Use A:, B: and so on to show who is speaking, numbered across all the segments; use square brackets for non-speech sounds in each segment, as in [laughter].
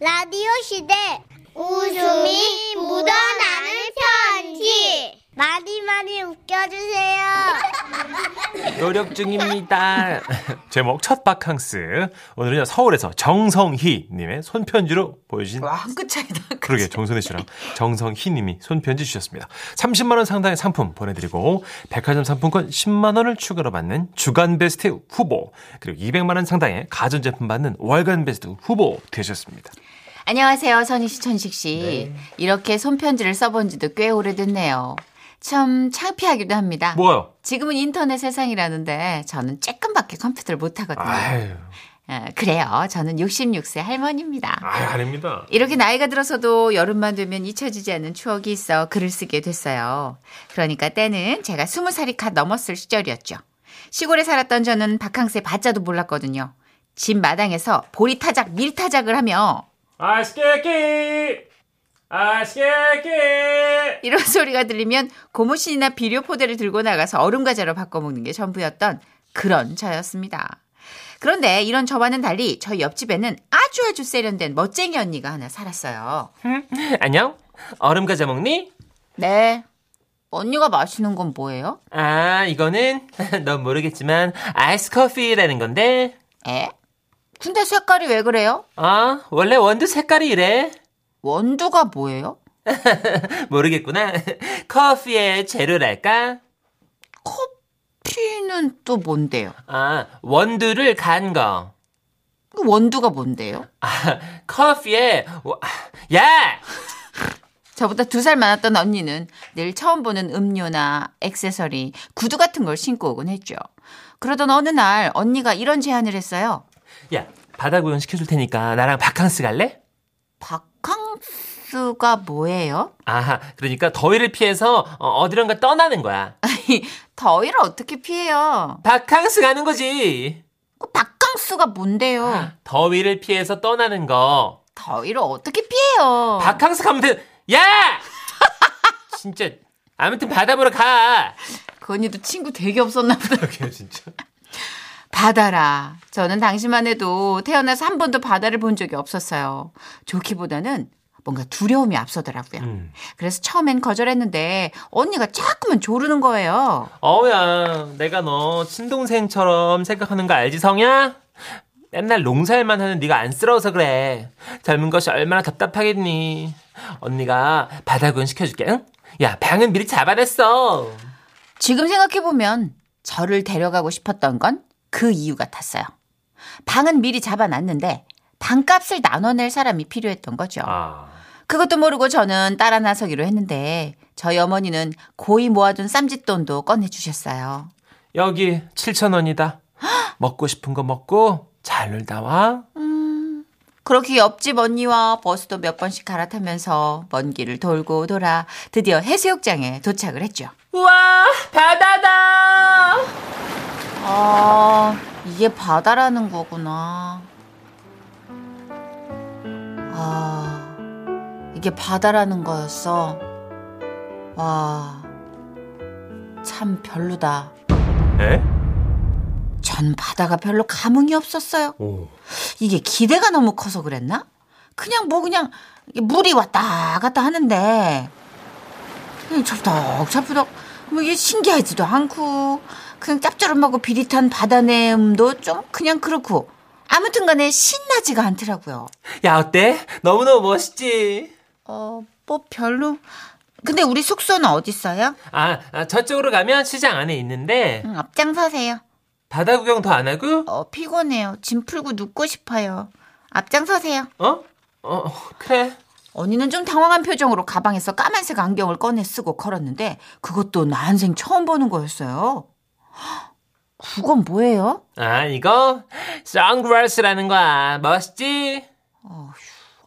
A: 라디오 시대 웃음이 묻어나는 편지 많이 많이 웃겨주세요
B: 노력 중입니다.
C: [laughs] 제목 첫 바캉스. 오늘은요 서울에서 정성희님의 손편지로 보여주신
D: 와, 아, 한 끗 차이다.
C: 그러게 정선혜 씨랑 정성희님이 손편지 주셨습니다. 30만 원 상당의 상품 보내드리고 백화점 상품권 10만 원을 추가로 받는 주간 베스트 후보 그리고 200만 원 상당의 가전제품 받는 월간 베스트 후보 되셨습니다.
D: 안녕하세요, 선희 씨, 천식 씨. 이렇게 손편지를 써본 지도 꽤 오래됐네요. 참 창피하기도 합니다.
C: 뭐요?
D: 지금은 인터넷 세상이라는데 저는 쬐끔밖에 컴퓨터를 못 하거든요.
C: 아유,
D: 어, 그래요. 저는 66세 할머니입니다.
C: 아유 아닙니다.
D: 이렇게 나이가 들어서도 여름만 되면 잊혀지지 않는 추억이 있어 글을 쓰게 됐어요. 그러니까 때는 제가 스무 살이 갓 넘었을 시절이었죠. 시골에 살았던 저는 바캉스에 바자도 몰랐거든요. 집 마당에서 보리 타작, 밀 타작을 하며
C: 아스케키, 아스케키.
D: 이런 [laughs] 소리가 들리면 고무신이나 비료 포대를 들고 나가서 얼음 과자로 바꿔 먹는 게 전부였던 그런 저였습니다. 그런데 이런 저와는 달리 저희 옆집에는 아주 아주 세련된 멋쟁이 언니가 하나 살았어요.
C: 안녕. 얼음 과자 먹니?
D: 네. 언니가 마시는 건 뭐예요?
C: 아 이거는 [laughs] 넌 모르겠지만 아이스 커피라는 건데.
D: 에? 근데 색깔이 왜 그래요?
C: 아 원래 원두 색깔이 이래. [laughs]
D: 원두가 뭐예요?
C: 모르겠구나. [laughs] 커피의 재료랄까?
D: 커피는 또 뭔데요?
C: 아, 원두를 간 거.
D: 그 원두가 뭔데요?
C: 아, 커피에, 와- 야!
D: 저보다 두 살 많았던 언니는 늘 처음 보는 음료나 액세서리, 구두 같은 걸 신고 오곤 했죠. 그러던 어느 날 언니가 이런 제안을 했어요.
C: 야, 바다 구경 시켜줄 테니까 나랑 바캉스 갈래?
D: 바캉스가 뭐예요? [laughs]
C: 아, 그러니까 더위를 피해서 어, 어디론가 떠나는 거야.
D: 아니, 더위를 어떻게 피해요?
C: 바캉스 가는 거지.
D: 그 바캉스가 뭔데요?
C: 아. 더위를 피해서 떠나는 거.
D: 더위를 어떻게 피해요?
C: 바캉스 가면 돼. 야! [laughs] 진짜. 아무튼 바다 보러 가.
D: 그 언니도 친구 되게 없었나 보다.
C: 그러게요, 진짜.
D: 바다라. 저는 당시만 해도 태어나서 한 번도 바다를 본 적이 없었어요. 좋기보다는 뭔가 두려움이 앞서더라고요.
C: 음.
D: 그래서 처음엔 거절했는데 언니가 자꾸만 조르는 거예요.
C: 어우야, 내가 너 친동생처럼 생각하는 거 알지, 성야? 맨날 농사일만 하는 네가 안쓰러워서 그래. 젊은 것이 얼마나 답답하겠니? 언니가 바다구경 시켜줄게, 응? 야, 방은 미리 잡아냈어.
D: 지금 생각해보면 저를 데려가고 싶었던 건 그 이유 같았어요. 방은 미리 잡아놨는데 방값을 나눠낼 사람이 필요했던 거죠.
C: 아,
D: 그것도 모르고 저는 따라 나서기로 했는데 저희 어머니는 고이 모아둔 쌈짓돈도 꺼내주셨어요.
C: 여기 7천 원이다. 먹고 싶은 거 먹고 잘 놀다 와.
D: 그렇게 옆집 언니와 버스도 몇 번씩 갈아타면서 먼 길을 돌고 돌아 드디어 해수욕장에 도착을 했죠.
C: 우와, 바다다.
D: 아, 이게 바다라는 거구나. 아, 이게 바다라는 거였어. 와, 참 별로다.
C: 에?
D: 전 바다가 별로 감흥이 없었어요.
C: 오.
D: 이게 기대가 너무 커서 그랬나? 그냥 뭐 그냥 이게 물이 왔다 갔다 하는데 그냥 철덕 철푸덕 뭐 이게 신기하지도 않고 그냥 짭조름하고 비릿한 바다 내음도 좀 그냥 그렇고 아무튼간에 신나지가 않더라고요.
C: 야, 어때? 너무너무 멋있지?
D: 어 뭐 별로 근데 우리 숙소는 어디 있어요?
C: 아, 아, 저쪽으로 가면 시장 안에 있는데
D: 응, 앞장서세요.
C: 바다 구경 더 안 하고
D: 어 피곤해요. 짐 풀고 눕고 싶어요. 앞장서세요.
C: 어? 어, 그래.
D: 언니는 좀 당황한 표정으로 가방에서 까만색 안경을 꺼내 쓰고 걸었는데 그것도 난생 처음 보는 거였어요. 헉, 그건 뭐예요?
C: 아, 이거 선글라스라는 거야. 멋있지?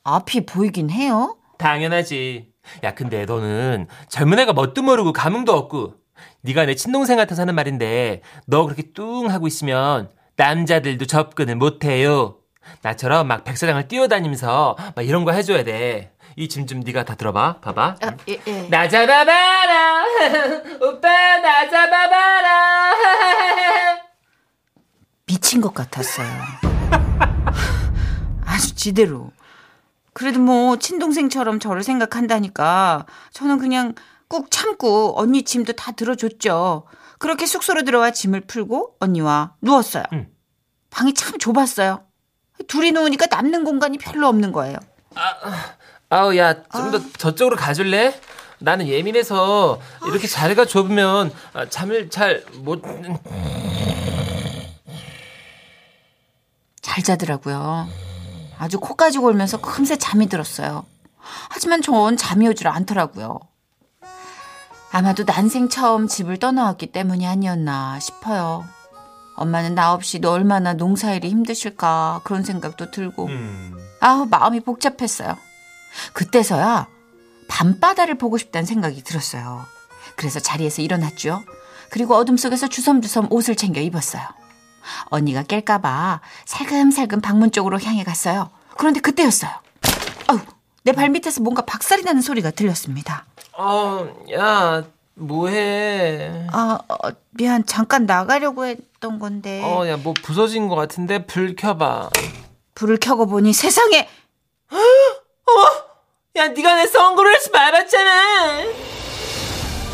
D: 앞이 보이긴 해요.
C: 당연하지. 야, 근데 너는 젊은 애가 뭣도 모르고 감흥도 없고 네가 내 친동생 같아서 하는 말인데 너 그렇게 뚱 하고 있으면 남자들도 접근을 못 해요. 나처럼 막 백사장을 뛰어다니면서 막 이런 거 해줘야 돼. 이 짐 좀 네가 다 들어봐. 봐봐.
D: 예, 예.
C: 나 잡아봐라 [laughs] 오빠 나 잡아봐라 [laughs]
D: [laughs] 미친 것 같았어요. 아주 지대로. 그래도 뭐 친동생처럼 저를 생각한다니까 저는 그냥 꾹 참고 언니 짐도 다 들어줬죠. 그렇게 숙소로 들어와 짐을 풀고 언니와 누웠어요.
C: 음.
D: 방이 참 좁았어요. 둘이 누우니까 남는 공간이 별로 없는 거예요.
C: 아우 야 좀 더 저쪽으로 가줄래? 나는 예민해서 이렇게 자리가 좁으면 아, 잠을 잘 못
D: 잘 자더라고요. 아주 코까지 골면서 금세 잠이 들었어요. 하지만 전 잠이 오질 않더라고요. 아마도 난생 처음 집을 떠나왔기 때문이 아니었나 싶어요. 엄마는 나 없이 너 얼마나 농사일이 힘드실까 그런 생각도 들고
C: 음.
D: 아우 마음이 복잡했어요. 그때서야 밤바다를 보고 싶다는 생각이 들었어요. 그래서 자리에서 일어났죠. 그리고 어둠 속에서 주섬주섬 옷을 챙겨 입었어요. 언니가 깰까봐 살금살금 방문 쪽으로 향해 갔어요. 그런데 그때였어요. 아우, 내 발밑에서 뭔가 박살이 나는 소리가 들렸습니다.
C: 어야 뭐해?
D: 아, 어, 미안. 잠깐 나가려고 했던 건데.
C: 어 야 뭐 부서진 것 같은데 불 켜봐.
D: 불을 켜고 보니 세상에
C: 야 네가 내 선글을 하지 말았잖아.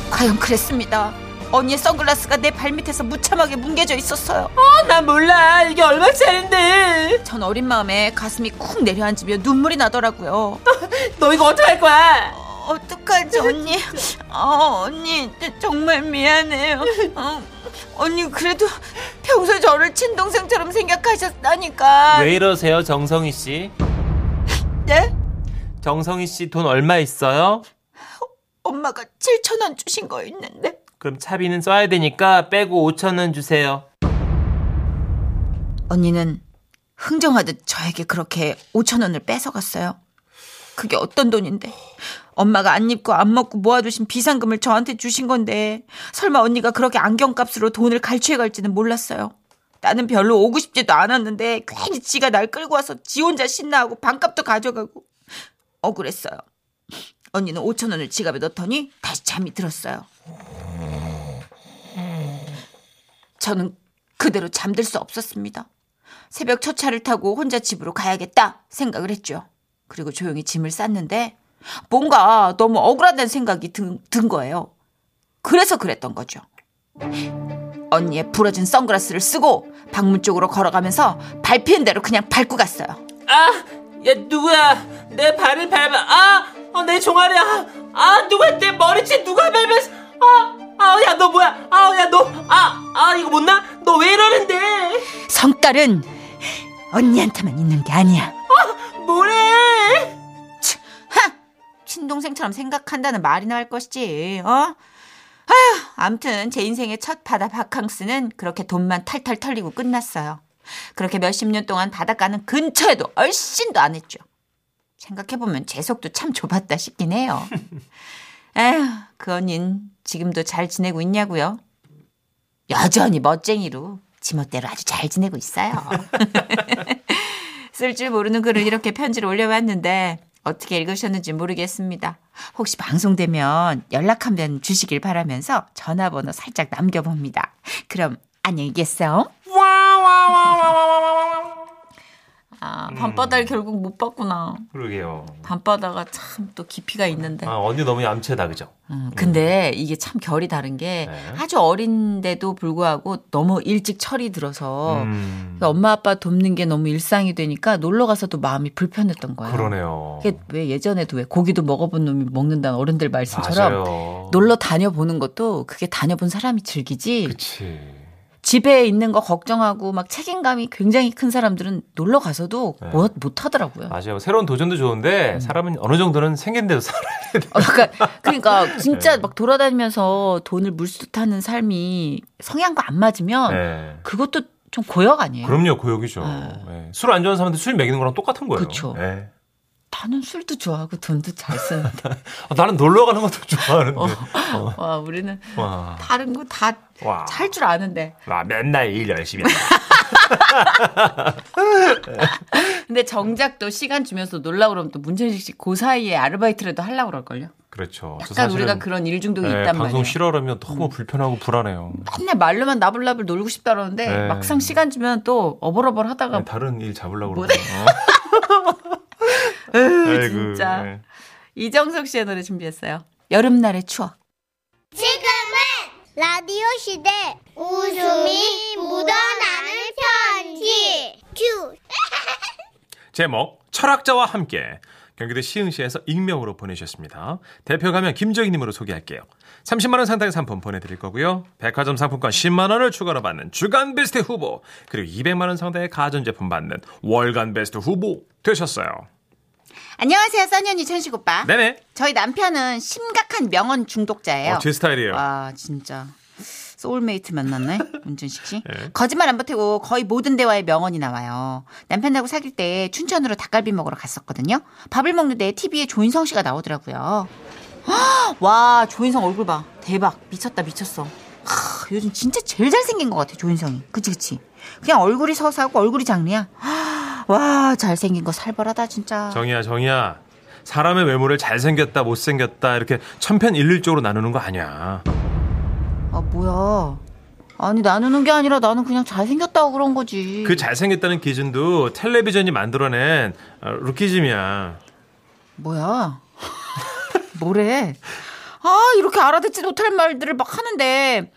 D: 과연 그랬습니다. 언니의 선글라스가 내 발밑에서 무참하게 뭉개져 있었어요.
C: 나 몰라 이게 얼마짜린데
D: 전 어린 마음에 가슴이 쿵 내려앉으며 눈물이 나더라고요.
C: [laughs] 너 이거 어떡할 거야?
D: 어떡하지 언니? 어, 언니 정말 미안해요. 어, 언니 그래도 평소 저를 친동생처럼 생각하셨다니까.
C: 왜 이러세요 정성희 씨?
D: 네?
C: 정성희 씨 돈 얼마 있어요?
D: 엄마가 7천 원 주신 거 있는데
C: 그럼 차비는 써야 되니까 빼고 5천 원 주세요.
D: 언니는 흥정하듯 저에게 그렇게 5천 원을 뺏어갔어요. 그게 어떤 돈인데 엄마가 안 입고 안 먹고 모아두신 비상금을 저한테 주신 건데 설마 언니가 그렇게 안경값으로 돈을 갈취해 갈지는 몰랐어요. 나는 별로 오고 싶지도 않았는데 괜히 지가 날 끌고 와서 지 혼자 신나하고 반값도 가져가고 억울했어요. 언니는 5천 원을 지갑에 넣더니 다시 잠이 들었어요. 저는 그대로 잠들 수 없었습니다. 새벽 첫 차를 타고 혼자 집으로 가야겠다 생각을 했죠. 그리고 조용히 짐을 쌌는데 뭔가 너무 억울하다는 생각이 든, 든 거예요. 그래서 그랬던 거죠. 언니의 부러진 선글라스를 쓰고 방문 쪽으로 걸어가면서 밟히는 대로 그냥 밟고 갔어요.
C: 아, 야 누구야? 내 발을 밟아. 아, 어, 내 종아리. 아, 아 누가 내 머리채 누가 밟았어? 아, 아, 야 너 뭐야? 아, 야 너. 아, 아 이거 못 나? 너 왜 이러는데?
D: 성깔은 언니한테만 있는 게 아니야.
C: 어, 뭐래?
D: 하! 친동생처럼 생각한다는 말이나 할 것이지, 어? 아휴, 암튼 제 인생의 첫 바다 바캉스는 그렇게 돈만 탈탈 털리고 끝났어요. 그렇게 몇십 년 동안 바닷가는 근처에도 얼씬도 안 했죠. 생각해보면 제 속도 참 좁았다
C: [laughs]
D: 싶긴 해요. 아휴, 그 언닌 지금도 잘 지내고 있냐고요? 여전히 멋쟁이로 지멋대로 아주 잘 지내고 있어요. 쓸 줄 모르는 글을 이렇게 편지를 올려왔는데 어떻게 읽으셨는지 모르겠습니다. 혹시 방송되면 연락 한번 주시길 바라면서 전화번호 살짝 남겨봅니다. 그럼 안녕히 계세요. 아, 밤바다를 결국 못 봤구나.
C: 음. 그러게요. 아,
D: 밤바다가 참 또 깊이가 있는데.
C: 언니 너무 얌체다 그죠?
D: 음, 근데 이게 참 결이 다른 게
C: 네.
D: 아주 어린데도 불구하고 너무 일찍 철이 들어서
C: 음,
D: 그러니까 엄마 아빠 돕는 게 너무 일상이 되니까 놀러 가서도 마음이 불편했던 거예요.
C: 그러네요.
D: 이게 왜 예전에도 왜 고기도 먹어본 놈이 먹는다는 어른들 말씀처럼 놀러 다녀보는 것도 그게 다녀본 사람이 즐기지
C: 그치.
D: 집에 있는 거 걱정하고 막 책임감이 굉장히 큰 사람들은 놀러 가서도
C: 네.
D: 뭐- 못 하더라고요.
C: 맞아요. 새로운 도전도
D: 음.
C: 좋은데 사람은 어느 정도는 생긴 대로 살아.
D: 어, 그러니까, 그러니까 진짜
C: 네.
D: 막 돌아다니면서 돈을 물수타는 삶이 성향과 안 맞으면
C: 네.
D: 그것도 좀 고역 아니에요?
C: 그럼요, 고역이죠. 네. 술 안 좋아하는 사람한테 술 먹이는 거랑 똑같은 거예요.
D: 네. 그쵸.
C: 예.
D: 나는 술도 좋아하고 돈도 잘
C: [laughs]
D: 쓰는데
C: 아, 나는 놀러 가는 것도 좋아하는데. 어.
D: 와 우리는
C: 와.
D: 다른 거 다 할 줄
C: 와.
D: 아는데
C: 와, 맨날 일 열심히 한다.
D: 근데 정작 또 시간 주면서 놀라 그러면 또 문천식 씨 그 사이에 아르바이트라도 하려고 그럴걸요.
C: 그렇죠. 저
D: 약간 우리가
C: 사실은,
D: 그런 일 중독이
C: 예,
D: 있단
C: 방송
D: 말이에요. 음.
C: 싫어하면 너무 불편하고 불안해요.
D: 맨날 말로만 나불나불 놀고 싶다 그러는데
C: 네.
D: 막상
C: 예,
D: 시간
B: 네.
D: 주면 또 어벌어벌 하다가
C: 다른 일 잡으려고
D: [laughs] 뭐-
C: 그러고. 어.
E: 진짜.
B: 네.
E: 이정석 씨의 노래 준비했어요. 여름날의 추억.
A: 지금은 라디오 시대 웃음이 묻어나는 편지 큐
B: 제목 철학자와 함께 경기도 시흥시에서 익명으로 보내주셨습니다. 대표 가면 김정희님으로 소개할게요. 30만 원 상당의 상품 보내드릴 거고요. 백화점 상품권 10만 원을 추가로 받는 주간 베스트 후보 그리고 200만 원 상당의 가전제품 받는 월간 베스트 후보 되셨어요.
E: 안녕하세요, 써니언니 천식 오빠.
B: 네네.
E: 저희 남편은 심각한 명언 중독자예요.
B: 어, 제 스타일이에요.
E: 네. 아 진짜 소울메이트 만났네 문준식 씨
B: [laughs] 예.
E: 거짓말 안 보태고 거의 모든 대화에 명언이 나와요 남편하고 사귈 때 춘천으로 닭갈비 먹으러 갔었거든요 밥을 먹는데 TV에 조인성 씨가 나오더라고요 [gasps] 헉, 와 조인성 얼굴 봐 대박 미쳤다 미쳤어 하, 요즘 진짜 제일 잘생긴 것 같아 조인성이 그치 그치 그냥 얼굴이 서사하고 얼굴이 장르야 [gasps] 하, 와 잘생긴 거 살벌하다 진짜
B: 정희야 정희야 사람의 외모를 잘생겼다 못생겼다 이렇게 천편일률적으로 나누는 거 아니야.
E: 아 뭐야 아니 나누는 게 아니라 나는 그냥 잘생겼다고 그런 거지
B: 그 잘생겼다는 기준도 텔레비전이 만들어낸 어, 루키즘이야.
E: 뭐야? 뭐래? 아, 이렇게 알아듣지 못할 말들을 막 하는데.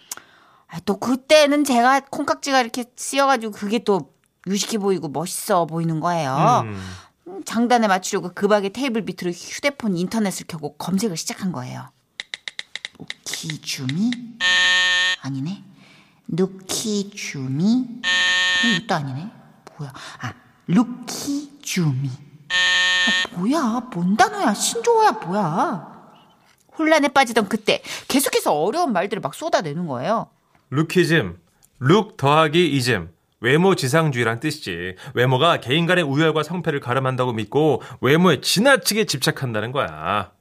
E: 아, 또 그때는 제가 콩깍지가 이렇게 씌여가지고 그게 또 유식해 보이고 멋있어 보이는 거예요.
B: 음.
E: 음, 장단에 맞추려고 급하게 테이블 밑으로 휴대폰 인터넷을 켜고 검색을 시작한 거예요. 노키주미? 아니네. 노키주미? 아니, 이것도 아니네. 뭐야. 아, 루키주미. 아, 뭐야. 뭔 단어야. 신조어야. 뭐야. 혼란에 빠지던 그때 계속해서 어려운 말들을 막 쏟아내는 거예요.
B: 루키즘, 룩 더하기 이즘, 외모 지상주의란 뜻이지. 외모가 개인 간의 우열과 성패를 가름한다고 믿고 외모에 지나치게 집착한다는 거야.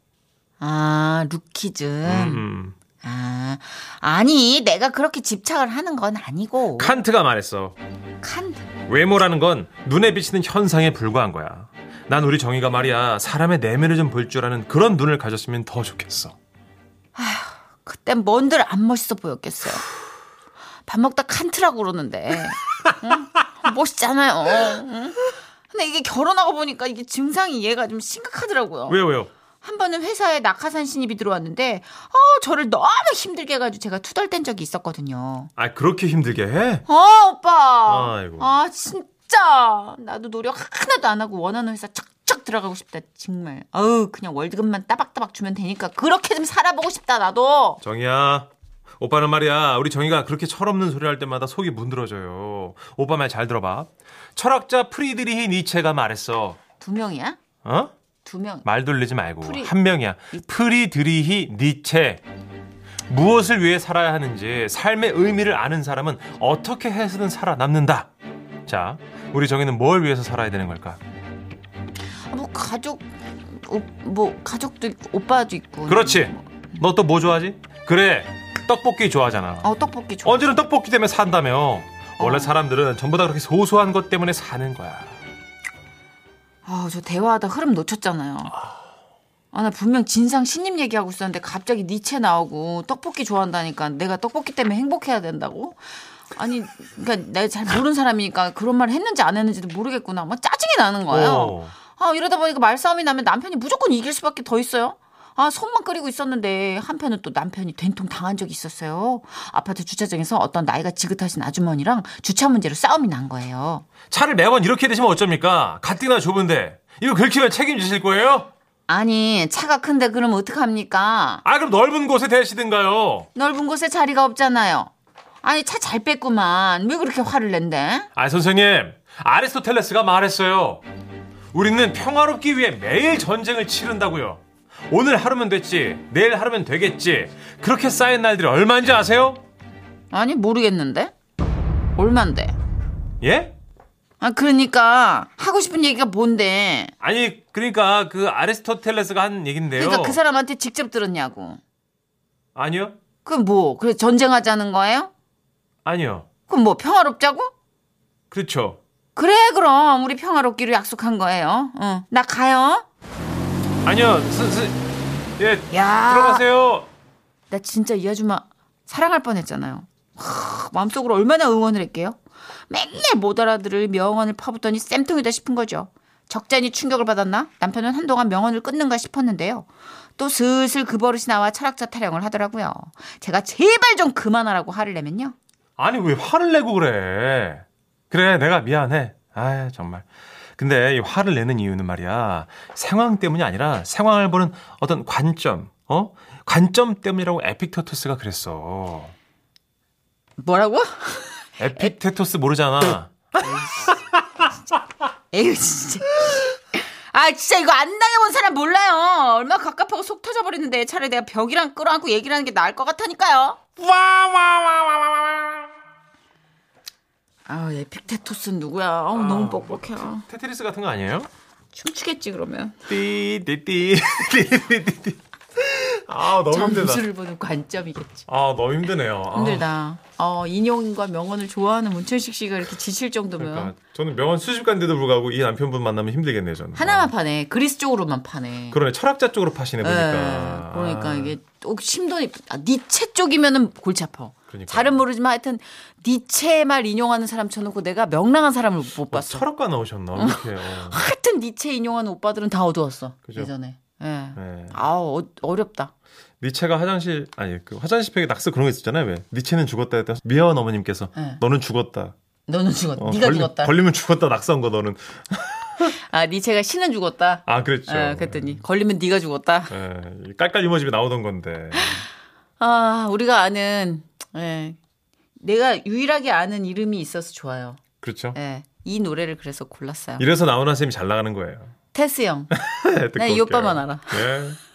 E: 아, 루키즘.
B: 음.
E: 아, 아니, 내가 그렇게 집착을 하는 건 아니고.
B: 칸트가 말했어.
E: 칸.
B: 외모라는 건 눈에 비치는 현상에 불과한 거야. 난 우리 정의가 말이야 사람의 내면을 좀 볼 줄 아는 그런 눈을 가졌으면 더 좋겠어.
E: 그땐 뭔들 그러니까 안 멋있어 보였겠어요. 밥 먹다 칸트라고 그러는데. 응? 멋있잖아요. 응? 근데 이게 결혼하고 보니까 이게 증상이 얘가 좀 심각하더라고요.
B: 왜요 왜요?
E: 한 번은 회사에 낙하산 신입이 들어왔는데, 어, 저를 너무 힘들게 해가지고 제가 투덜댄 적이 있었거든요.
B: 아 그렇게 힘들게 해?
E: 아, 오빠.
B: 아이고.
E: 아, 진짜. 나도 노력 하나도 안 하고 원하는 회사 척척 들어가고 싶다, 정말. 어우, 그냥 월드급만 따박따박 주면 되니까 그렇게 좀 살아보고 싶다, 나도.
B: 정희야. 오빠는 말이야, 우리 정희가 그렇게 철없는 소리 할 때마다 속이 문드러져요. 오빠 말 잘 들어봐. 철학자 프리드리히 니체가 말했어.
E: 두 명이야?
B: 어?
E: 두 명.
B: 말 돌리지 말고
E: 프리-
B: 한 명이야. 프리드리히 니체. 무엇을 위해 살아야 하는지 삶의 의미를 아는 사람은 어떻게 해서든 살아남는다. 자, 우리 정희는 뭘 위해서 살아야 되는 걸까?
E: 뭐 가족 오, 뭐 가족도 있고 오빠도 있고.
B: 그렇지. 너 또 뭐 좋아하지? 그래, 떡볶이 좋아하잖아.
E: 어 떡볶이 좋아.
B: 언제는 떡볶이 때문에 산다며. 원래
E: 어.
B: 사람들은 전부 다 그렇게 소소한 것 때문에 사는 거야.
E: 아저 대화하다 흐름 놓쳤잖아요. 아 나 분명 진상 신님 얘기하고 있었는데 갑자기 니체 나오고 떡볶이 좋아한다니까 내가 떡볶이 때문에 행복해야 된다고? 아니 그러니까 내가 잘 모르는 사람이니까 그런 말 했는지 안 했는지도 모르겠구나. 막 짜증이 나는 거예요.
B: 어.
E: 아 이러다 보니까 말싸움이 나면 남편이 무조건 이길 수밖에 더 있어요. 아 손만 끓이고 있었는데 한편은 또 남편이 된통 당한 적이 있었어요. 아파트 주차장에서 어떤 나이가 지긋하신 아주머니랑 주차 문제로 싸움이 난 거예요.
B: 차를 매번 이렇게 드시면 어쩝니까? 가뜩이나 좁은데. 이거 긁히면 책임지실 거예요?
E: 아니 차가 큰데 그럼 어떡합니까?
B: 아, 그럼 넓은 곳에 대시든가요.
E: 넓은 곳에 자리가 없잖아요. 아니 차 잘 뺐구만. 왜 그렇게 화를 낸대?
B: 아, 선생님. 아리스토텔레스가 말했어요. 우리는 평화롭기 위해 매일 전쟁을 치른다고요. 오늘 하루면 됐지. 내일 하루면 되겠지. 그렇게 쌓인 날들이 얼마인지 아세요?
E: 아니 모르겠는데. 얼만데?
B: 예?
E: 아 그러니까 하고 싶은 얘기가 뭔데?
B: 아니, 그러니까 그 아리스토텔레스가 한 얘긴데요.
E: 그러니까 그 사람한테 직접 들었냐고.
B: 아니요.
E: 그럼 뭐? 그래서 전쟁하자는 거예요?
B: 아니요.
E: 그럼 뭐 평화롭자고?
B: 그렇죠.
E: 그래 그럼 우리 평화롭기로 약속한 거예요. 어, 나 가요.
B: 아니요. 스, 스, 예.
E: 야.
B: 들어가세요.
E: 나 진짜 이 아줌마 사랑할 뻔했잖아요. 하, 마음속으로 얼마나 응원을 했게요. 맨날 못 알아들을 명언을 파붓더니 쌤통이다 싶은 거죠.
D: 적잖이 충격을 받았나? 남편은 한동안 명언을 끊는가 싶었는데요. 또 슬슬 그 버릇이 나와 철학자 타령을 하더라고요. 제가 제발 좀 그만하라고 화를 내면요.
B: 아니 왜 화를 내고 그래? 그래 내가 미안해. 아 정말. 근데 이 화를 내는 이유는 말이야 상황 때문이 아니라 상황을 보는 어떤 관점, 어 관점 때문이라고 에픽테토스가 그랬어.
D: 뭐라고? [laughs]
B: 에픽테토스 모르잖아.
D: 에휴 진짜. 아 진짜 이거 안 당해본 사람 몰라요. 얼마 갑갑하고 속 터져버리는데 차라리 내가 벽이랑 끌어안고 얘기를 하는 게 나을 것 같으니까요. 아 에픽테토스는 누구야? 아우, 너무 뻑뻑해. 요
B: 테트리스 같은 거 아니에요?
D: 춤추겠지 그러면.
B: [laughs] 띠띠띠띠띠띠. 아 너무 힘들다.
D: 점수를 보는 음, 관점이겠지.
B: 아 너무 힘드네요. 아,
D: 힘들다. 어 인용과 명언을 좋아하는 문천식 씨가 이렇게 지칠 정도면
B: 그러니까 저는 명언 수집가인데도 불구하고 이 남편분 만나면 힘들겠네요 저는.
D: 하나만
B: 아,
D: 파네. 그리스 쪽으로만 파네.
B: 그러네 철학자 쪽으로 파시네
D: 예,
B: 보니까.
D: 그러니까
B: 아.
D: 이게 또 심도니 아, 니체 쪽이면은 골치 아파.
B: 그러니까요.
D: 잘은 모르지만 하여튼 니체의 말 인용하는 사람 쳐놓고 내가 명랑한 사람을 못
B: 뭐
D: 봤어.
B: 철학과 나오셨나 이렇게. 어.
D: 하여튼 니체 인용하는 오빠들은 다 어두웠어.
B: 그죠?
D: 예전에. 예.
B: 네.
D: 아우 어, 어렵다.
B: 니체가 화장실 아니 그 화장실 팩에 낙서 그런 거 있었잖아요. 왜 니체는 죽었다 했다. 미아원 어머님께서
D: 네.
B: 너는 죽었다.
D: 너는 죽었다.
B: 어,
D: 네가
B: 걸리-
D: 죽었다.
B: 걸리면 죽었다 낙서한 거 너는.
D: 아 니체가 신은 죽었다.
B: 아 그랬죠.
D: 예, 그랬더니 걸리면 네가 죽었다.
B: 예, 이 깔깔 이모집에 나오던 건데.
D: 아 우리가 아는 예. 내가 유일하게 아는 이름이 있어서 좋아요.
B: 그렇죠.
D: 예. 이 노래를 그래서 골랐어요.
B: 이래서 나훈아 쌤이 잘 나가는 거예요.
D: 테스 형.
B: 듣고
D: 네, 이
B: 올게요.
D: 오빠만 알아.
B: 예.